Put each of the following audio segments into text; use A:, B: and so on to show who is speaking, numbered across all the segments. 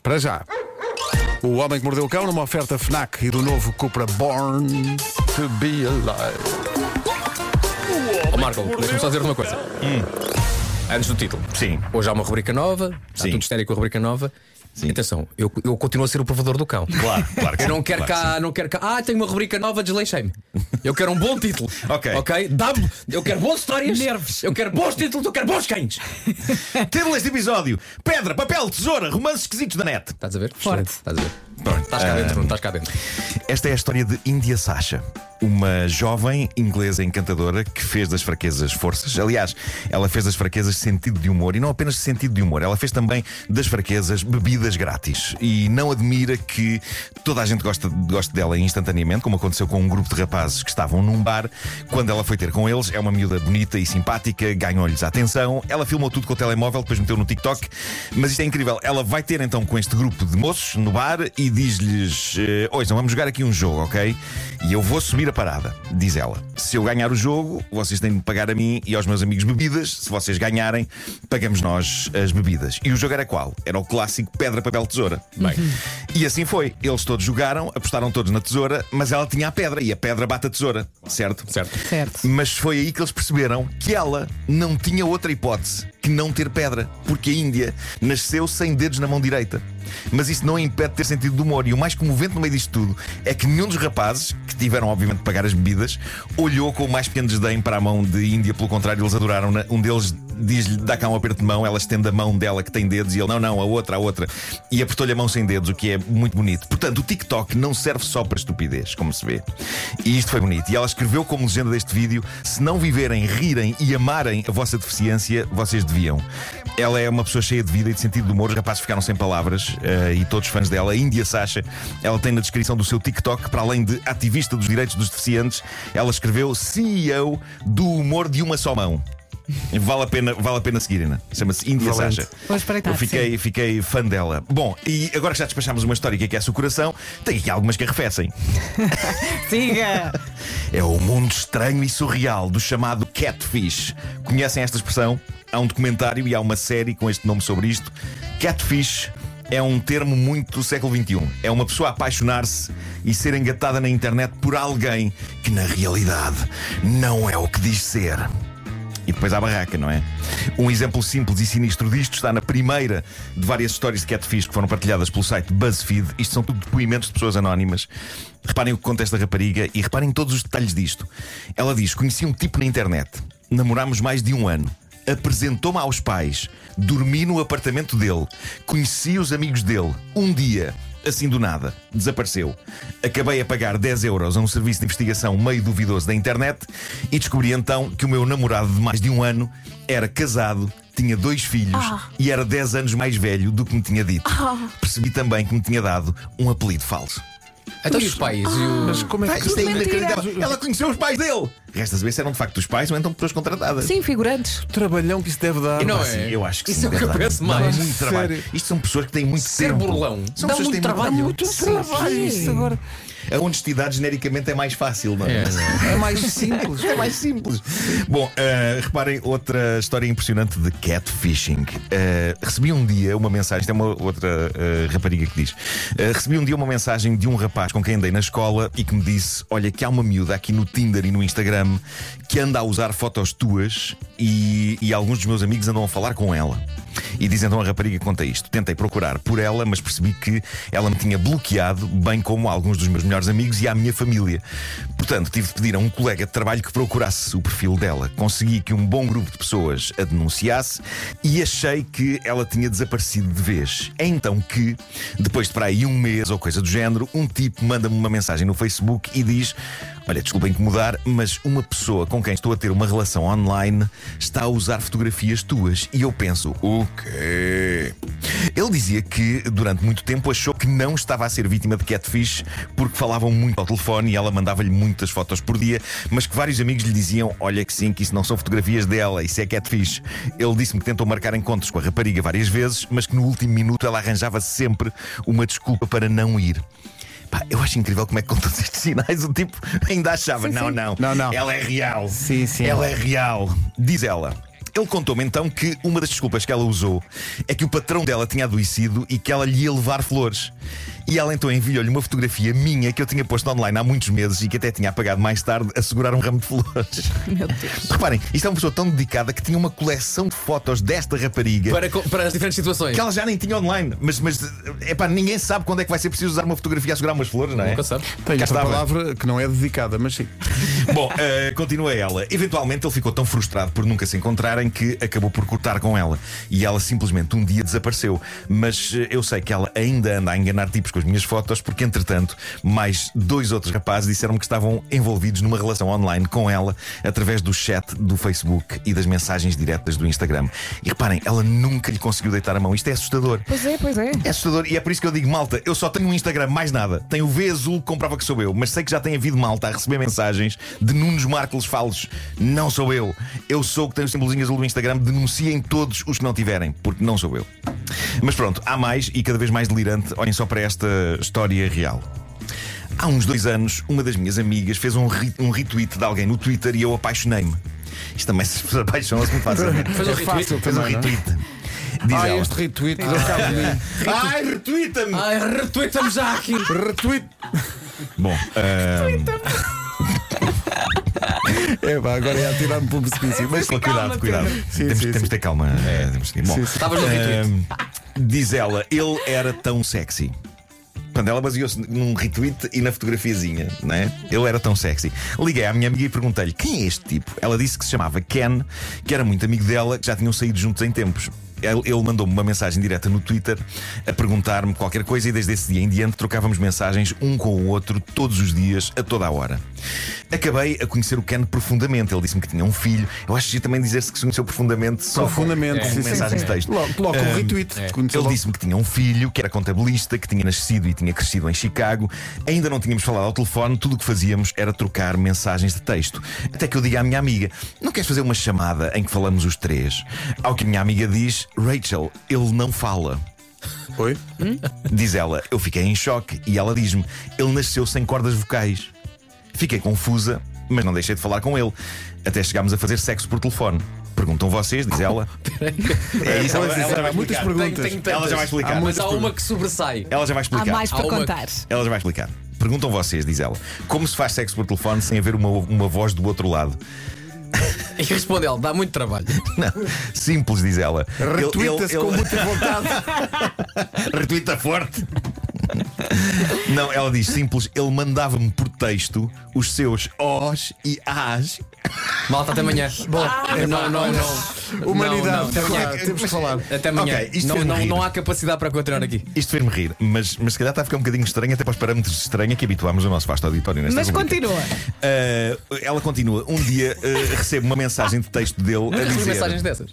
A: Para já. O Homem que Mordeu o Cão numa oferta FNAC e do novo Cupra Born to be Alive.
B: Ó Marco, deixa-me só dizer uma coisa. Antes do título.
C: Hum. Sim.
B: Hoje há uma rubrica nova, está
C: Sim.
B: tudo estéreo com a rubrica nova. Atenção, eu, eu continuo a ser o provador do cão.
C: Claro, claro que
B: Eu
C: sim,
B: não quero
C: claro que
B: cá, não quero cá. Ah, tenho uma rubrica nova, desleixei-me. Eu quero um bom título.
C: Ok.
B: Ok? Dá eu quero boas histórias. Nervos. Eu quero bons títulos, eu quero bons cães.
C: Título deste episódio: Pedra, papel, tesoura, romances esquisitos da net.
B: Estás a ver? Forte. Estás a ver? Estás cá
C: Ah,
B: dentro, não estás cá dentro.
C: Esta é a história de India Sasha, uma jovem inglesa encantadora que fez das fraquezas forças. Aliás, ela fez das fraquezas sentido de humor e não apenas sentido de humor, ela fez também das fraquezas bebidas grátis. E não admira que toda a gente goste, goste dela instantaneamente, como aconteceu com um grupo de rapazes que estavam num bar. Quando ela foi ter com eles, é uma miúda bonita e simpática, ganhou-lhes a atenção. Ela filmou tudo com o telemóvel, depois meteu no TikTok. Mas isto é incrível. Ela vai ter então com este grupo de moços no bar e diz-lhes: eh, Ouçam, vamos jogar aqui um jogo, ok? E eu vou subir a parada, diz ela. Se eu ganhar o jogo, vocês têm de pagar a mim e aos meus amigos bebidas. Se vocês ganharem, pagamos nós as bebidas. E o jogo era qual? Era o clássico pedra, papel, tesoura. Bem, e assim foi. Eles todos jogaram, apostaram todos na tesoura, mas ela tinha a pedra e a pedra bate a tesoura, certo?
B: Certo.
D: Certo.
C: Mas foi aí que eles perceberam que ela não tinha outra hipótese que não ter pedra, porque a Índia nasceu sem dedos na mão direita. Mas isso não a impede de ter sentido de humor. E o mais comovente no meio disto tudo é que nenhum dos rapazes, que tiveram obviamente de pagar as bebidas, olhou com o mais pequeno desdém para a mão de Índia. Pelo contrário, eles adoraram-na. Um deles diz-lhe, dá cá um aperto de mão, ela estende a mão dela que tem dedos e ele, não, não, a outra, a outra. E apertou-lhe a mão sem dedos, o que é muito bonito. Portanto, o TikTok não serve só para estupidez, como se vê. E isto foi bonito. E ela escreveu como legenda deste vídeo: se não viverem, rirem e amarem a vossa deficiência, vocês deviam. Ela é uma pessoa cheia de vida e de sentido de humor. Os rapazes ficaram sem palavras eh, e todos fãs dela. A Índia Sasha, ela tem na descrição do seu TikTok, para além de ativista dos direitos dos deficientes, ela escreveu CEO do humor de uma só mão. Vale a pena, vale a pena seguirem-na. Chama-se Índia
A: Valente.
C: Sasha.
D: Vou espreitar,
C: Eu fiquei, fiquei fã dela. Bom, e agora que já despachámos uma história que aquece o coração, tem aqui algumas que arrefecem.
D: Siga!
C: É o mundo estranho e surreal do chamado Catfish. Conhecem esta expressão? Há um documentário e há uma série com este nome sobre isto. Catfish é um termo muito do século XXI. É uma pessoa apaixonar-se e ser engatada na internet por alguém que, na realidade, não é o que diz ser. E depois à barraca, não é? Um exemplo simples e sinistro disto está na primeira de várias histórias de catfish que foram partilhadas pelo site BuzzFeed. Isto são tudo depoimentos de pessoas anónimas. Reparem o que conta esta rapariga e reparem todos os detalhes disto. Ela diz: Conheci um tipo na internet, namorámos mais de um ano, apresentou-me aos pais, dormi no apartamento dele, conheci os amigos dele. Um dia, assim do nada, desapareceu. Acabei a pagar 10 euros a um serviço de investigação meio duvidoso da internet e descobri então que o meu namorado de mais de um ano era casado, tinha dois filhos e era 10 anos mais velho do que me tinha dito. Percebi também que me tinha dado um apelido falso.
B: Então e os pais? E o...
A: Mas como é
C: Pá,
A: que.
C: isto é
D: mentira.
C: inacreditável. Ela conheceu os pais dele. Resta saber se eram de facto os pais ou então pessoas contratadas.
D: Sim, figurantes.
A: Trabalhão que isso deve dar.
B: E não
A: pá.
B: é?
C: Sim, assim? eu acho que
B: Isso
C: sim.
B: é o que
C: deve
B: eu
C: dar-
B: penso
C: dá
B: mais.
C: muito trabalho.
A: Sério.
C: Isto são pessoas que têm muito
B: Ser
C: tempo.
B: burlão.
C: São
B: Dá
C: pessoas que
B: muito
C: têm
B: trabalho.
C: muito
B: Sim.
D: Trabalho, isso agora.
C: A honestidade genericamente é mais fácil, não
B: É,
C: é?
B: não
A: É mais simples.
C: É mais simples. Bom, eh, reparem outra história impressionante de catfishing. Eh, recebi um dia uma mensagem, isto é uma outra eh, rapariga que diz. Eh, recebi um dia uma mensagem de um rapaz com quem andei na escola e que me disse: Olha, que há uma miúda aqui no Tinder e no Instagram que anda a usar fotos tuas e, e alguns dos meus amigos andam a falar com ela. E diz então a rapariga que conta isto. Tentei procurar por ela, mas percebi que ela me tinha bloqueado, bem como a alguns dos meus melhores amigos e à minha família. Portanto, tive de pedir a um colega de trabalho que procurasse o perfil dela. Consegui que um bom grupo de pessoas a denunciasse e achei que ela tinha desaparecido de vez. É então que, depois de para aí um mês ou coisa do género, um tipo manda-me uma mensagem no Facebook e diz: Olha, desculpa incomodar, mas uma pessoa com quem estou a ter uma relação online está a usar fotografias tuas. E eu penso, o quê? Ele dizia que durante muito tempo achou que não estava a ser vítima de catfish porque falavam muito ao telefone e ela mandava-lhe muitas fotos por dia, mas que vários amigos lhe diziam: Olha, que sim, que isso não são fotografias dela, isso é catfish. Ele disse-me que tentou marcar encontros com a rapariga várias vezes, mas que no último minuto ela arranjava sempre uma desculpa para não ir. Pá, eu acho incrível como é que com todos estes sinais o tipo ainda achava: não, não,
A: Não, não.
C: ela é real.
A: Sim, sim.
C: Ela é real. Diz ela. Ele contou-me então que uma das desculpas que ela usou é que o patrão dela tinha adoecido e que ela lhe ia levar flores. E ela então enviou-lhe uma fotografia minha que eu tinha posto online há muitos meses e que até tinha apagado mais tarde a segurar um ramo de flores.
D: Meu Deus.
C: Reparem, isto é uma pessoa tão dedicada que tinha uma coleção de fotos desta rapariga
B: Para, co- para as diferentes situações.
C: que ela já nem tinha online. Mas, mas é pá, ninguém sabe quando é que vai ser preciso usar uma fotografia a segurar umas flores, não é?
B: Nunca sabe.
A: Tenho esta
C: Cá estava.
A: palavra que não é dedicada, mas sim.
C: Bom, eh, continua ela. Eventualmente ele ficou tão frustrado por nunca se encontrarem que acabou por cortar com ela. E ela simplesmente um dia desapareceu. Mas eh, eu sei que ela ainda anda a enganar tipos com as minhas fotos, porque entretanto, mais dois outros rapazes disseram que estavam envolvidos numa relação online com ela através do chat do Facebook e das mensagens diretas do Instagram. E reparem, ela nunca lhe conseguiu deitar a mão. Isto é assustador.
D: Pois é, pois é.
C: É assustador e é por isso que eu digo, malta, eu só tenho um Instagram, mais nada. Tenho o V azul que comprova que sou eu, mas sei que já tem havido malta a receber mensagens de Nunos Marcos Falos. Não sou eu. Eu sou o que tem o símbolozinho azul do Instagram. Denunciem todos os que não tiverem, porque não sou eu. Mas pronto, há mais e cada vez mais delirante. Olhem só para esta história real. Há uns dois anos, uma das minhas amigas fez um, re- um retweet de alguém no Twitter e eu apaixonei-me. Isto também se as pessoas apaixonam-se muito facilmente.
A: É
B: Fez um retweet.
C: Fez um retweet. Diz
A: Ah,
C: ela.
A: este retweet deu cabo de mim.
C: Ai, retweeta-me!
B: Ai, retweetamos já aqui.
A: Retweet.
C: Bom, eh, ahm,
A: É, pá, agora é atirar-me pelo precipício. Mas
C: com cuidado, cuidado.
A: Sim, sim,
C: temos, temos
A: sim.
C: de ter calma. É, temos de ter- Bom,
A: Sim, sim.
B: Estavas no retweet.
C: ahm, É, diz ela, ele era tão sexy. Portanto, ela baseou-se num retweet e na fotografiazinha, não é? Ele era tão sexy. Liguei à minha amiga e perguntei-lhe quem é este tipo. Ela disse que se chamava Ken, que era muito amigo dela, que já tinham saído juntos em tempos. Ele ele mandou-me uma mensagem direta no Twitter a perguntar-me qualquer coisa e desde esse dia em diante trocávamos mensagens um com o outro todos os dias, a toda a hora. Acabei a conhecer o Ken profundamente. Ele disse-me que tinha um filho. Eu acho que também dizer-se que se conheceu profundamente só com-
A: Profundamente,
C: com,
A: sim, sim,
C: mensagens
A: sim.
C: de texto.
A: Logo, logo com o
C: Ahm,
A: retweet. Conheceu
C: ele
A: logo.
C: disse-me que tinha um filho, que era contabilista, que tinha nascido e tinha crescido em Chicago. Ainda não tínhamos falado ao telefone, tudo o que fazíamos era trocar mensagens de texto. Até que eu diga à minha amiga: Não queres fazer uma chamada em que falamos os três? Ao que a minha amiga diz: Rachel, ele não fala.
A: Oi?
C: Diz ela, eu fiquei em choque e ela diz-me, ele nasceu sem cordas vocais. Fiquei confusa, mas não deixei de falar com ele. Até chegámos a fazer sexo por telefone. Perguntam vocês, diz ela. é isso, ela, ela já vai
A: Há muitas
C: explicar.
A: perguntas.
B: Tenho- tenho
C: Ela já vai
A: Há
C: explicar.
B: Mas há
A: Muitas
B: uma que sobressai.
C: Ela já vai
D: Há
C: explicar.
D: mais
B: Há
D: para
B: uma-
D: contar.
C: Ela já vai explicar. Perguntam vocês, diz ela, como se faz sexo por telefone sem haver uma, uma voz do outro lado?
B: E responde ela, dá muito trabalho.
C: Não. Simples, diz ela. Ele-
A: Retweeta-se
C: ele-
A: com
C: ele-
A: muita vontade.
C: Retuita forte. Não, ela diz simples, ele mandava-me por texto os seus Os e As.
B: Malta, até amanhã. Bom, não, não, não.
A: Humanidade,
B: Não, não.
A: claro, temos que falar.
B: Até amanhã.
C: Ok, isto
B: não,
C: fez-me
B: não,
C: rir.
B: não há capacidade para continuar aqui.
C: Isto fez-me rir, mas, mas se calhar está a ficar um bocadinho estranho, até para os parâmetros estranhos que habituámos o nosso vasto auditório nesta
D: Mas
C: rubrica.
D: continua.
C: Ah, ela continua. Um dia ah, recebo uma mensagem de texto dele a
B: Nunca recebi
C: dizer.
B: mensagens dessas.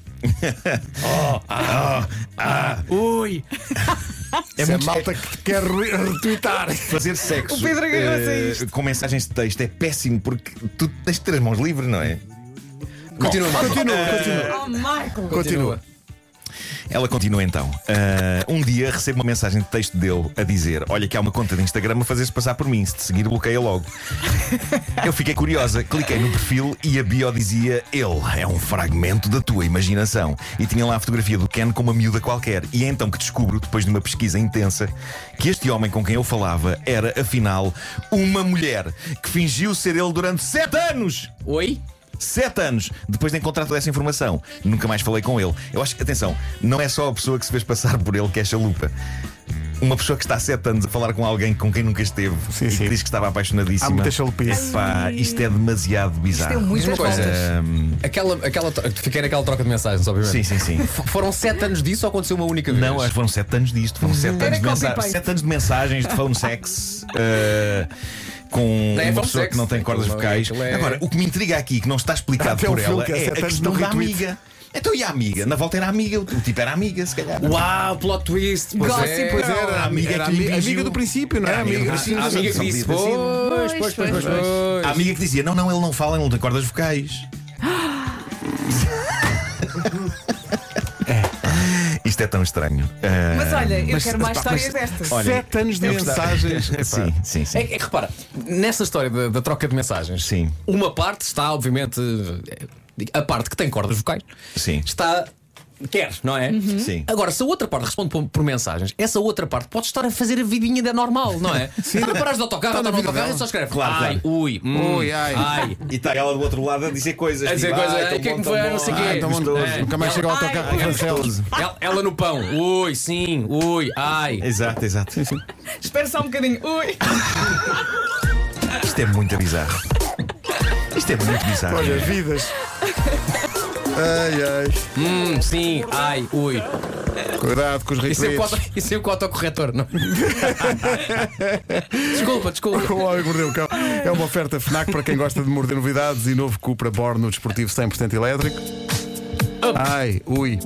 A: Ui. É
C: muito-
A: malta que quer re- retweetar.
C: Fazer sexo
D: O Pedro agarrou-se a
C: eh, com mensagens de texto é péssimo porque tu tens de ter as mãos livres, não é?
B: Continua, Marco.
A: Continua, continua.
D: Oh, Marco.
A: Continua.
C: Ela continua então. Ah, um dia recebo uma mensagem de texto dele a dizer: Olha, que há uma conta de Instagram a fazer-se passar por mim. Se te seguir, bloqueia logo. Eu fiquei curiosa, cliquei no perfil e a bio dizia: Ele é um fragmento da tua imaginação. E tinha lá a fotografia do Ken com uma miúda qualquer. E é então que descubro, depois de uma pesquisa intensa, que este homem com quem eu falava era, afinal, uma mulher que fingiu ser ele durante sete anos.
B: Oi?
C: Sete anos depois de encontrar toda essa informação, nunca mais falei com ele. Eu acho que, atenção, não é só a pessoa que se fez passar por ele que é chalupa. Uma pessoa que está há sete anos a falar com alguém com quem nunca esteve
A: Sim,
C: e
A: sim.
C: que diz que estava apaixonadíssima.
A: Há muita chalupice.
C: Epá, isto é demasiado bizarro.
D: Deu muitas
B: Diz-me uma coisa.
D: voltas.
C: Ahm,
B: Aquela, aquela, tro- fiquei naquela troca de mensagens, obviamente.
C: sim, sim, sim.
B: F- Foram sete anos disso ou aconteceu uma única vez?
C: Não, é acho que foram sete anos disto. Foram sete,
D: Era
C: anos de, mensa-
D: copy-paste.
C: sete anos de mensagens de phone sex eh, com
B: é
C: uma
B: phone
C: pessoa
B: sex.
C: que não tem cordas
B: Aquilo é-
C: vocais.
B: aquilo é-
C: Agora, o que me intriga aqui, que não está explicado
A: Até o
C: por
A: filme
C: ela,
A: que é
C: é a
A: sete anos
C: questão
A: no
C: da
A: retweet.
C: amiga. Então e a amiga? Na volta era amiga, o tipo era amiga, se calhar.
B: Uau, Ah, plot twist! Pois
D: Gossip,
B: é.
D: pois é.
A: Era
C: a amiga
A: era
C: que lhe
A: ami-
C: fingiu-
A: amiga do princípio, não é?
C: Era amiga do
A: Amiga
C: princípio.
B: A amiga que disse: Pois, pois, pois, pois. pois.
C: A amiga que dizia: Não, não, ele não fala, ele não tem cordas vocais. Isto é tão estranho. Eh,
D: Mas olha, eu quero mais
A: pá,
D: histórias
A: mas-
D: destas.
C: Olha,
A: Sete anos de
C: eu gostava-
A: mensagens. Epá.
C: Sim, sim, sim.
B: É, que- é que repara, nessa história da, da troca de mensagens,
C: Sim.
B: uma parte está, obviamente, eh, a parte que tem cordas vocais
C: Sim.
B: está. Quer, não é?
C: Sim.
B: Agora, se a outra parte responde por, por mensagens, essa outra parte pode estar a fazer a vidinha da normal, não é? Sim. Quando parares do autocarro,
A: Está na
B: está no
A: vida
B: autocarro
A: dela.
B: e só escreve
C: Claro,
B: ai, ui, hum,
A: Ui, ai.
B: ai.
C: E está ela do outro lado a dizer coisas.
B: A dizer
C: tipo,
B: coisas,
C: "Ai,
B: "Ai,
C: tão
B: o que é
C: bom,
B: que
C: tão
B: foi?
C: bom,
B: Não sei o quê." É.
C: ai,
A: Então,
C: gostoso."
A: onde- nunca mais chega ao autocarro
D: Ai,
A: com Francelos.
B: Ela, ela no pão, ui, sim, ui, ai.
C: Exato, exato.
D: Espera só um bocadinho. Ui!
C: Isto é muito bizarro. Isto é muito bizarro.
A: Olha, vidas. Ai, É.
B: Hum, sim, ai, ui.
A: ai. Cuidado com os
B: Isso é o
A: ricos.
B: auto- isso é o autocorretor, não? desculpa, desculpa.
A: Com o homem que mordeu o cão. É uma oferta FNAC para quem gosta de morder novidades e novo Cupra Born no desportivo 100% elétrico. Ai, ui.